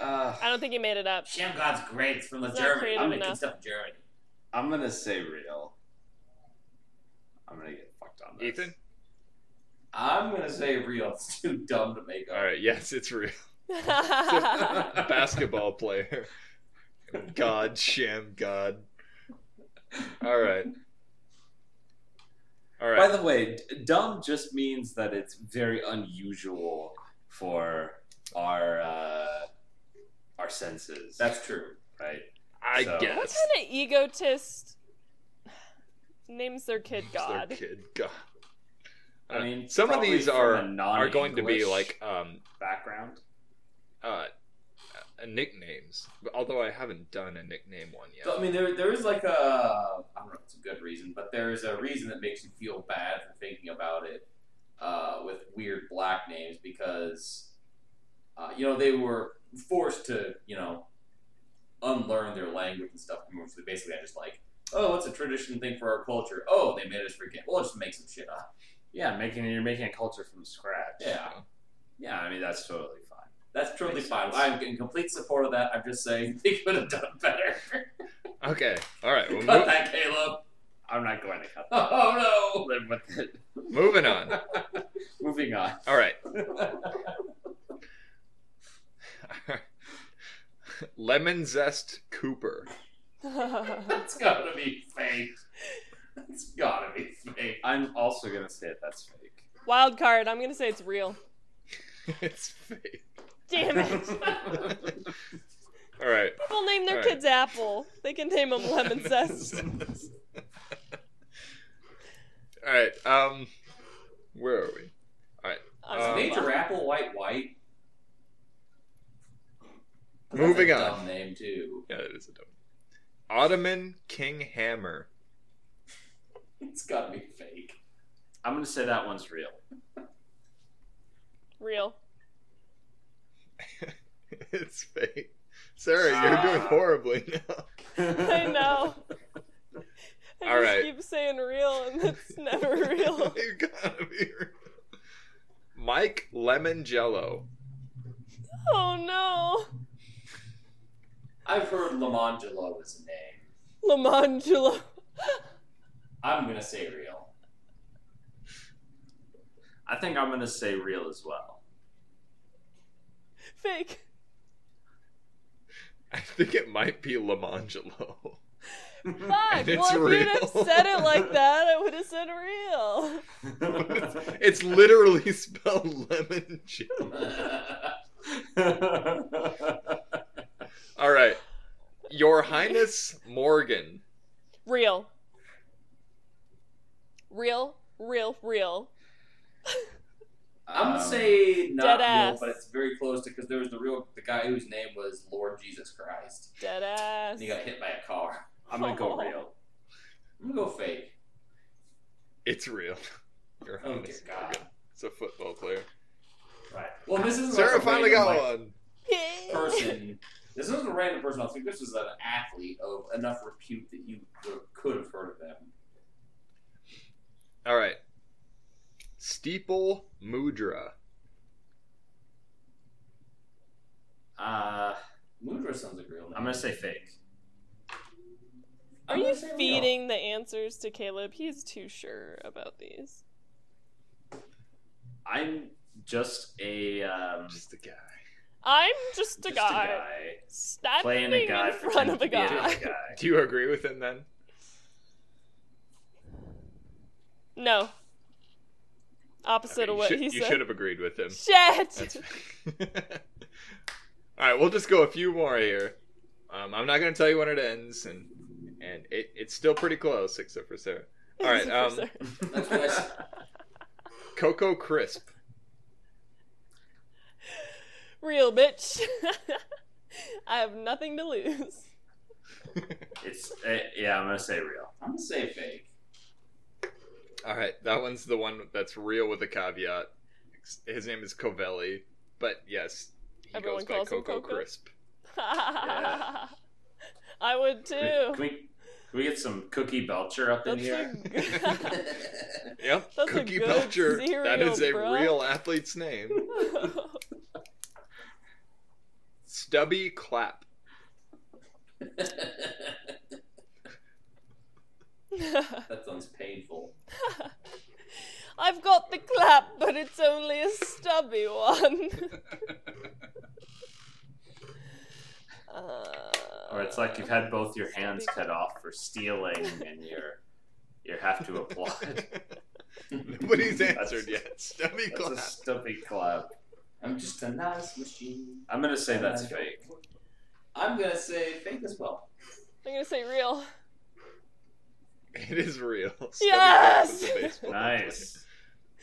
Uh, I don't think he made it up. Sham God's great it's from the It's not Germany. creative I'm making enough. stuff in Germany. I'm gonna say real. I'm gonna get fucked on this. Ethan? I'm gonna say real. It's too dumb to make up. All right, yes, it's real. I Basketball player. God, sham god. All right. All By right. the way, d- dumb just means that it's very unusual for our uh, our senses, That's true. right? I so- What guess. kind of egotist names their kid It's their God? kid god. I Uh, mean, some of probably these from are a are going to be non-English like um background. uh uh, nicknames. Although I haven't done a nickname one yet. So, I mean, there, there is like a I don't know if it's a good reason, but there is a reason that makes you feel bad for thinking about it uh, with weird black names because uh, you know they were forced to you know unlearn their language and stuff. So they basically had just like, oh, what's a tradition thing for our culture? Oh, they made us forget. Well, let's just make some shit up. Yeah, making you're making a culture from scratch. Yeah, yeah. I mean, that's totally fine. that's totally Makes fine. sense. I'm in complete support of that. I'm just saying they could have done better. Okay. All right. Well, Cut that, Caleb. I'm not going to cut that. Oh no. I'll live with it. mo- moving on. Moving on. All right. Lemon zest Cooper. That's gotta be fake. That's gotta be fake. I'm also gonna say that's fake. Wild card. I'm gonna say it's real. it's fake. Damn it. All right. People name their All right. kids Apple. They can name them Lemon Zest. All right. Um, where are we? I'm Um, sorry. Major Apple White White. That's Moving a on. Dumb name too. Yeah, that is a dumb. Ottoman King Hammer. It's gotta be fake. I'm gonna say that one's real. Real. it's fake. Sarah, you're doing Ah. horribly now. I know. I All just right. keep saying real, and it's never real. you gotta be. real. Mike Lemon Jello. Oh I've heard Lamangelo is a name. no, Lamangelo. I'm gonna say real. I think I'm gonna say real as well. Fake. I think it might be Lamangelo. Fuck. Well, And if it's you'd have real. said it like that, I would have said real. It's literally spelled lemon jello. All right. Your Highness Morgan. Real. Real. Real. Real. I'm Um, gonna say not Dead real, ass. but it's very close to because there was the real the guy whose name was Lord Jesus Christ, Dead ass. and he got hit by a car. I'm gonna go real. I'm gonna go fake. It's real. Your Oh dear Highness God! Morgan. It's a football player. Right. Well, this is Sarah finally got one. person. This isn't a random person. I think this is an athlete of enough repute that you could have heard of them. All right. Steeple Mudra. Uh, Mudra sounds like a real name. I'm gonna say fake. Are I'm you gonna say real. feeding the answers to Caleb? He's too sure about these. I'm just a um, Just a guy. I'm just a just guy, standing playing a guy in front pretending of a to be guy. another guy. Do you agree with him then? No. Opposite I mean, of you what should- he you said. should have agreed with him. Shit. That's All right, we'll just go a few more here. Um, I'm not going to tell you when it ends, and and it, it's still pretty close, except for Sarah. All right, um, That's what I said. Coco Crisp. Real bitch. I have nothing to lose. It's uh, yeah. I'm gonna say real. I'm gonna say fake. All right, that one's the one that's real with a caveat. His name is Covelli, but yes, he goes Everyone by calls him Coco Coco? Crisp. I would Can too. we, can we get some Cookie Belcher up in That's here? a good. Yep. That's a Cookie good Belcher. That cereal, is a bro. real athlete's name. Stubby Clap. that sounds painful. I've got the clap, but it's only a stubby one. uh, Or it's like you've had both your hands cut off for stealing and you're you have to applaud. Nobody's That's- answered yet. Stubby That's a Clap. stumpy clap. I'm just a nice machine. I'm gonna say that's Uh, And I don't fake. oh, work. I'm gonna say fake as well. I'm gonna say real. It is real. Stubby Clap Yes! is a baseball player. Nice.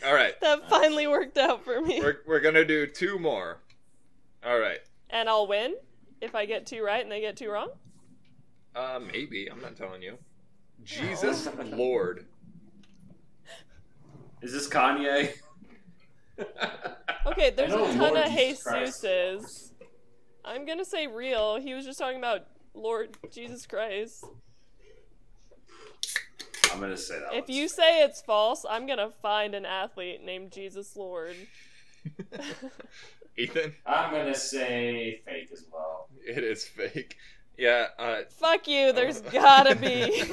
All right. That finally worked out for me. We're, we're going to do two more. All right. And I'll win if I get two right and they get two wrong. Uh, maybe. I'm not telling you. Oh. Jesus Lord. Is this Kanye? Okay, there's a know, ton Lord of Jesus Christ. Jesuses. I'm gonna say real. He was just talking about Lord Jesus Christ. I'm gonna say that. If one's you fake. say it's false, I'm gonna find an athlete named Jesus Lord. Ethan, I'm gonna say fake as well. it is fake. Yeah, uh, Fuck you, there's gotta be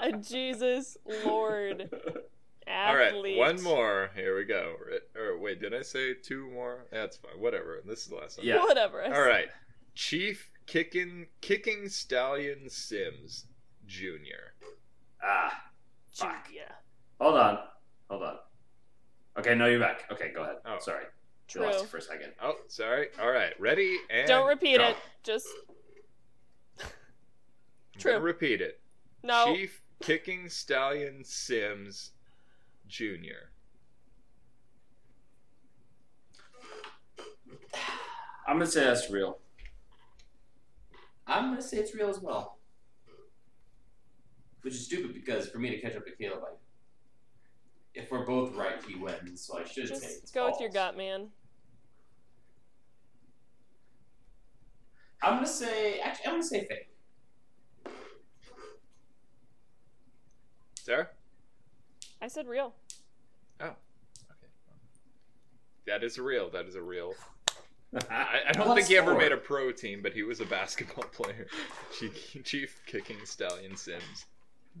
a Jesus Lord all athlete. right, one more. Here we go. Ri- Or wait, did I say two more? That's fine. Whatever. This is the last one. Yeah. Whatever. I All right. Chief Kicking Kicking Stallion Sims Jr. ah, said. Fuck. Yeah. hold on, hold on. Okay, no, you're back. Okay, go ahead. Oh. Sorry, we lost you True. for a second. Oh, sorry. All right. Ready and Don't repeat go. it. Just I'm gonna True. Repeat it. no. Chief Kicking Stallion Sims Jr. I'm gonna say that's real. I'm gonna say it's real as well. Which is stupid because for me to catch up to Caleb, I, if we're both right, he wins. So I should say it's Just go with your false. gut, man. I'm gonna say actually, I'm gonna say fake. Sarah? I said real. That is real. That is a real. I, I don't think he ever made a pro team, but he was a basketball player. Chief, Chief Kicking Stallion Sims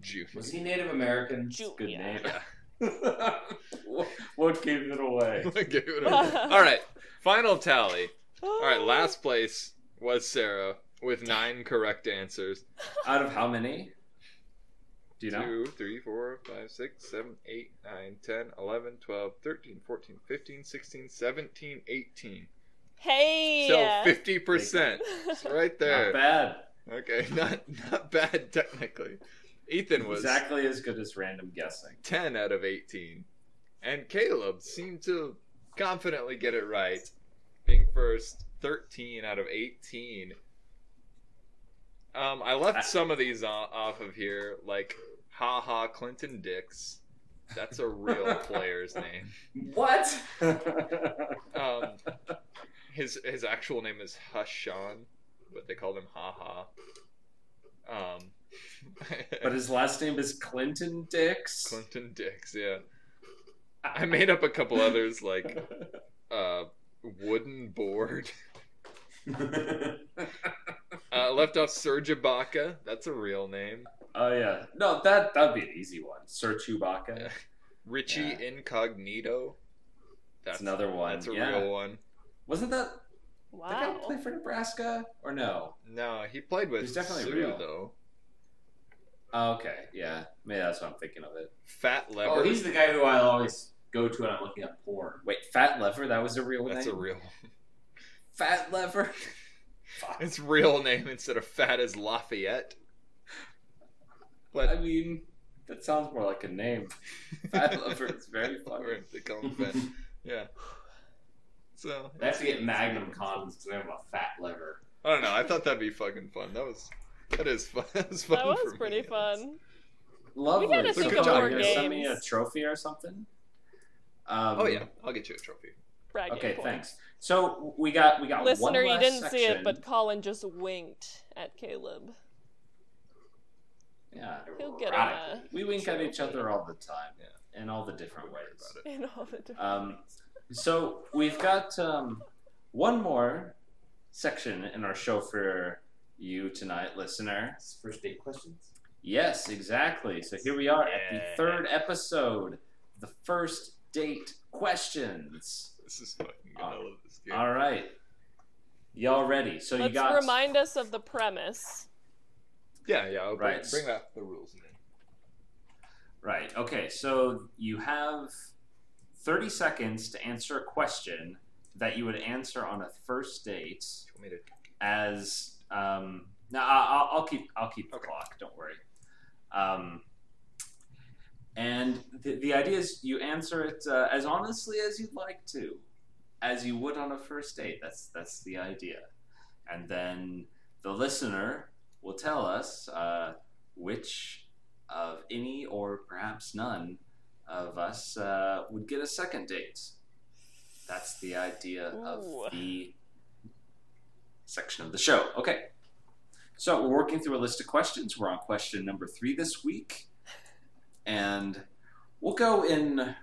Jr. Was he Native American? Ju- good yeah. name. What- what gave it away? Give it a- All right, final tally. All right, last place was Sarah with nine correct answers. Out of how many? Do you know? Two, three, four, five, six, seven, eight, nine, 10, 11, 12, 13, 14, 15, 16, 17, 18. Hey. So 50%. It's right Not there. bad. Okay, not not bad technically. Ethan was exactly as good as random guessing. 10 out of 18. And Caleb seemed to confidently get it right, being first 13 out of 18. Um, I left I- some of these o- off of here, like haha Clinton Dix. That's a real player's name. What? Um, his his actual name is Hushan, but they called him haha. Um, but his last name is Clinton Dix. Clinton Dix, yeah. I made up a couple others like uh, wooden board. Uh, left off Serge Ibaka. That's a real name. oh yeah, no, that that'd be an easy one. Sir Chewbacca. Yeah. Richie Yeah. Incognito. That's another one. That's a yeah. real one. Wasn't that did that guy Wow. play for Nebraska or no? No, he played with He's definitely Sue real. though. Oh, okay, yeah, maybe that's what I'm thinking of it. Fat Lever. Oh, he's the guy who I always go to when I'm looking up porn. Wait, Fat Lever, that was a real That's name. a real one. Fat Lever. Fuck. It's real name instead of fat as Lafayette. But I mean, that sounds more like a name. Fat Lever is very funny. They call him fat. Yeah. So I have to get Magnum condoms because I have a fat liver. I don't know. I thought that'd be fucking fun. That was that is fun. That was fun. That for was me. pretty fun. Lovely. We gotta think good of job. more You guys Send me a games. trophy or something. Um, Oh yeah, I'll get you a trophy. bragging Okay, points. thanks. So we got we got one Listener, you last didn't see it, section. but Colin just winked at Caleb. yeah, He'll get Right. on a we wink at each trophy other all the time, in all the different Don't ways. worry about it. uh, in all the different Um, so we've got um, one more section in our show for you tonight, listener. First date questions. Yes, exactly. So here we are at the Yeah. third episode, the first date questions. This is fucking good. I Uh, love this game. All right, y'all ready? So Let's you got remind us of the premise. Yeah, yeah. I'll bring, Right. bring back the rules. and then- right. Okay, so you have thirty seconds to answer a question that you would answer on a first date. You want me to- as um no I, I'll, I'll keep i'll keep the Okay. clock don't worry um and the, the idea is you answer it uh, as honestly as you'd like to as you would on a first date that's that's the idea and then the listener will tell us uh, which of any or perhaps none of us uh, would get a second date that's the idea Ooh. of the section of the show. Okay. So we're working through a list of questions. We're on question number three this week. And we'll go in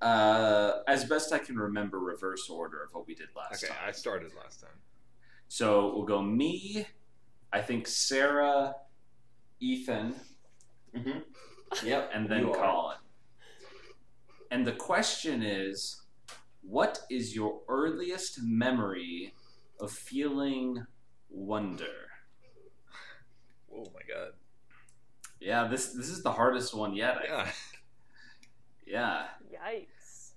uh, as best I can remember reverse order of what we did last Okay, time. I started last time. So we'll go me, I think Sarah, Ethan, Mm-hmm. Yep, and then You are. Colin. And the question is, what is your earliest memory of feeling wonder? Oh my god. Yeah, this this is the hardest one yet. I, Yeah. yeah. Yikes.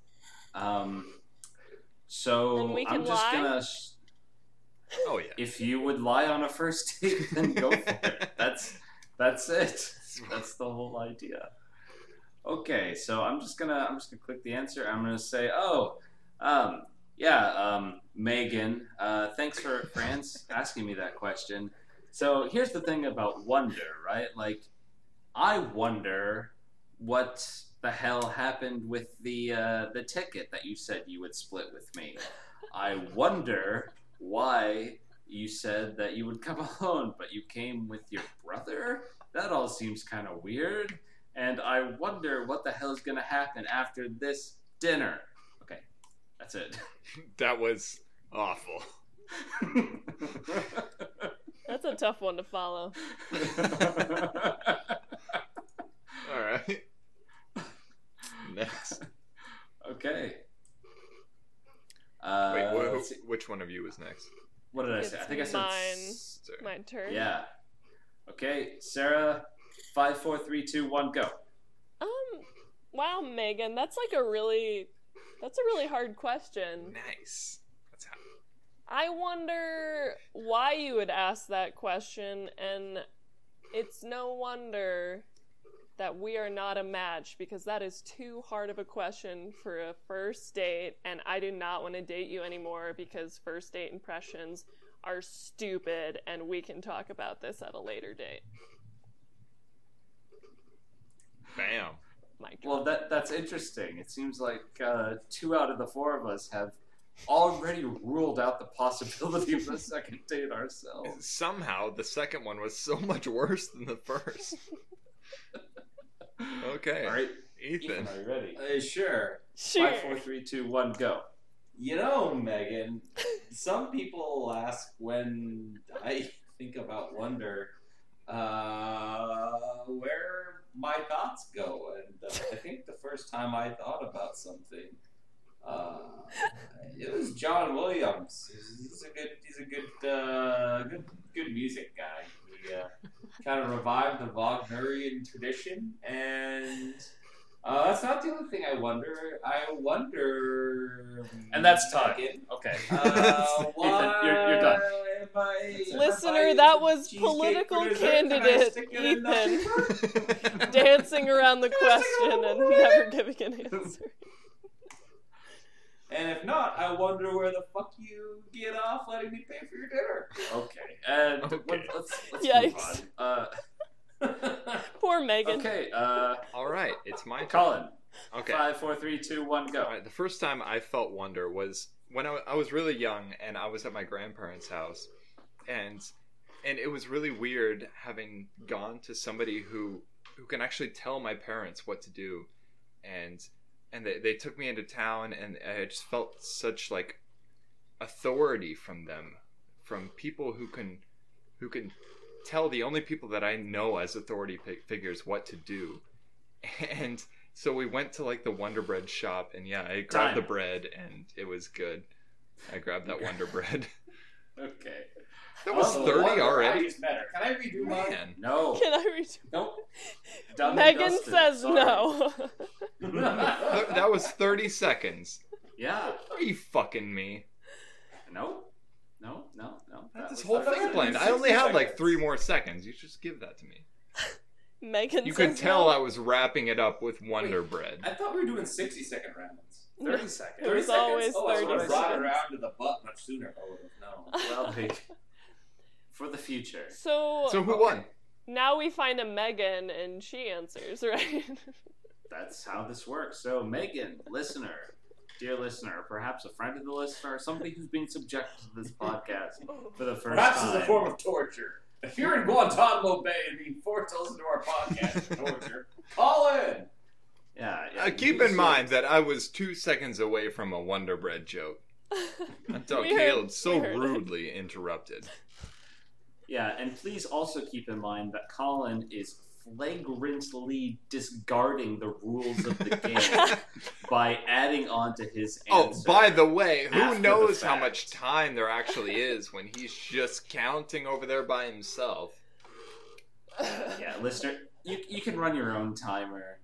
Um, so Then we I'm can just lie? gonna. Sh- Oh yeah. if you would lie on a first date, then go for it. That's that's it. That's the whole idea. Okay, so I'm just gonna I'm just gonna click the answer. I'm gonna say, oh, um, yeah, um, Megan, uh, thanks for for ans- asking me that question. So here's the thing about wonder, right? Like, I wonder what the hell happened with the uh, the ticket that you said you would split with me. I wonder why you said that you would come alone, but you came with your brother that all seems kind of weird. And I wonder what the hell's going to happen after this dinner. Okay, that's it. that was awful. That's a tough one to follow. All right. Next. okay. Uh, Wait, wha- let's see. which one of you was next? what did I say? I It's think I said. mine. s- Sorry. My turn. Yeah. Okay, Sarah, five, four, three, two, one, go. Um wow, Megan, that's like a really that's a really hard question. Nice. That's how. I wonder why you would ask that question, and it's no wonder that we are not a match because that is too hard of a question for a first date, and I do not want to date you anymore because first date impressions are stupid, and we can talk about this at a later date. Bam. Mike. Well, that that's interesting. It seems like uh, two out of the four of us have already ruled out the possibility of a second date ourselves. Somehow the second one was so much worse than the first. Okay. All right, Ethan. Ethan, are you ready? Uh, sure. sure. Five, four, three, two, one, go. You know, Megan, some people ask when I think about wonder, uh, where my thoughts go. And uh, I think the first time I thought about something, uh, it was John Williams. He's a good, he's a good, uh, good, good music guy. He uh, kind of revived the Wagnerian tradition and. Uh, that's not the only thing I wonder. I wonder. And Mm, that's time. Megan, Okay. uh, Ethan, you're- you're done. why am I- That's it. Listener, why that is was cheesecake political for dessert? Can I candidate stick it in the- Ethan. Dancing around the question and never giving an answer. And if not, I wonder where the fuck you get off letting me pay for your dinner. Okay. And Okay. Let, us let's Yikes. move on. Uh, Poor Megan. okay, uh, All right, it's my turn. Colin. Okay. Five, four, three, two, one, go. All right, the first time I felt wonder was when I, wa- I was really young and I was at my grandparents' house, and and it was really weird having gone to somebody who who can actually tell my parents what to do, and and they, they took me into town and I just felt such like authority from them, from people who can who can tell the only people that I know as authority fi- figures what to do, and so we went to like the Wonder Bread shop, and yeah, I grabbed Time. the bread, and it was good. I grabbed that Wonder Bread. Okay. That was Oh, thirty Wonder already. Bread's better. Can I redo mine? Man, No. Can I read? Nope. Done and Megan dusted. says Sorry. no. Th- that was thirty seconds. yeah. Are you fucking me? No. No. No. No. I had That this was- whole that was thing planned. I 60 only had like seconds. three more seconds. You should just give that to me. Megan You says could tell no. I was wrapping it up with Wonder Bread. I thought we were doing 60 second rounds. No. Thirty seconds. It was always Oh, I 30 would have brought it seconds. around to the butt much sooner. if I would've known. Well, like, for the future. So, So who Okay. won? now we find a Megan and she answers, right? That's how this works. So, Megan, listener, dear listener, perhaps a friend of the listener, somebody who's being subjected to this podcast for the first Perhaps time. as a form of torture. If you're in Guantanamo Bay and being forced to listen to our podcast is torture, call in. yeah, yeah, Uh, you keep can in say- mind that I was two seconds away from a Wonder Bread joke until We heard- Caleb so we heard it. rudely interrupted. Yeah, and please also keep in mind that Colin is flagrantly discarding the rules of the game by adding on to his Oh, answer. by the way, who after the knows how fact. much time there actually is when he's just counting over there by himself? yeah, listener, you, you can run your own timer.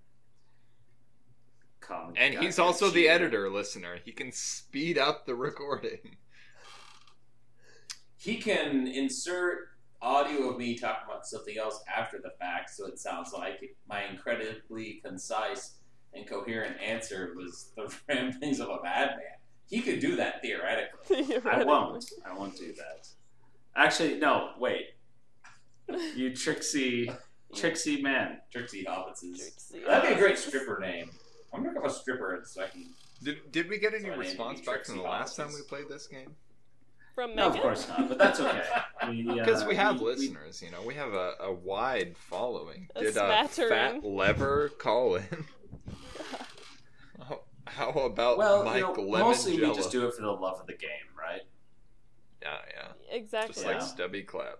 Colin, And God, he's you're a also the cheater. editor, listener. He can speed up the recording. He can insert audio of me talking about something else after the fact, so it sounds like my incredibly concise and coherent answer was the ramblings of a madman. He could do that theoretically. I won't. I won't do that. Actually, no. Wait. You tricksy, tricksy man. Trixie Hobbitses. Jerksy. That'd be a great stripper name. I'm gonna go with stripper so I can. Did, did we get any Sorry, response Andy, back from the Trixie last time Boxes. we played this game? From No, Megan? of course not. But that's okay. Because uh, we have we- listeners, you know, we have a, a wide following. A did uh, smattering. fat lever call in? How- How about Well, Mike you know, Lemon mostly Jello? we just do it for the love of the game, right? Yeah, yeah. Just Exactly. like Yeah. Stubby Clap.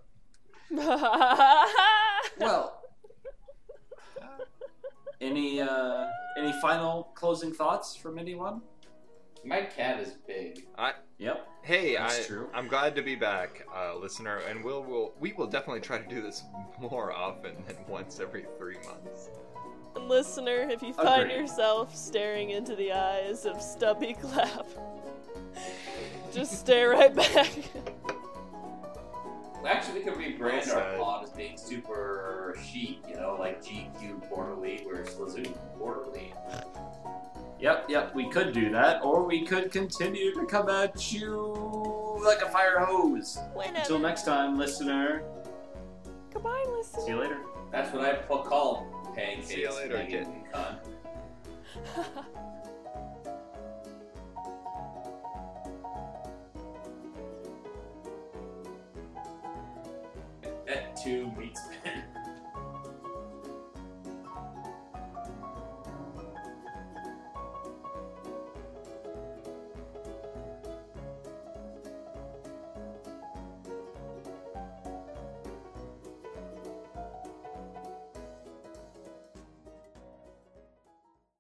Well. Any uh, any final closing thoughts from anyone? My cat is big. Yep. Hey, That's I, true. I'm glad to be back, uh, listener, and we'll, we'll we will definitely try to do this more often than once every three months. And Listener, if you find Agreed. yourself staring into the eyes of Stubby Clap, just stare right back. Actually, we could rebrand Well our said. pod as being super chic, you know, like GQ quarterly, where it's Slizzard quarterly. Yep, yep, we could do that, or we could continue to come at you like a fire hose. Until Whenever. next time, listener. Goodbye, See listener. you later. That's what I pu- call pancakes. See you later, Megan. kitten. Cunt.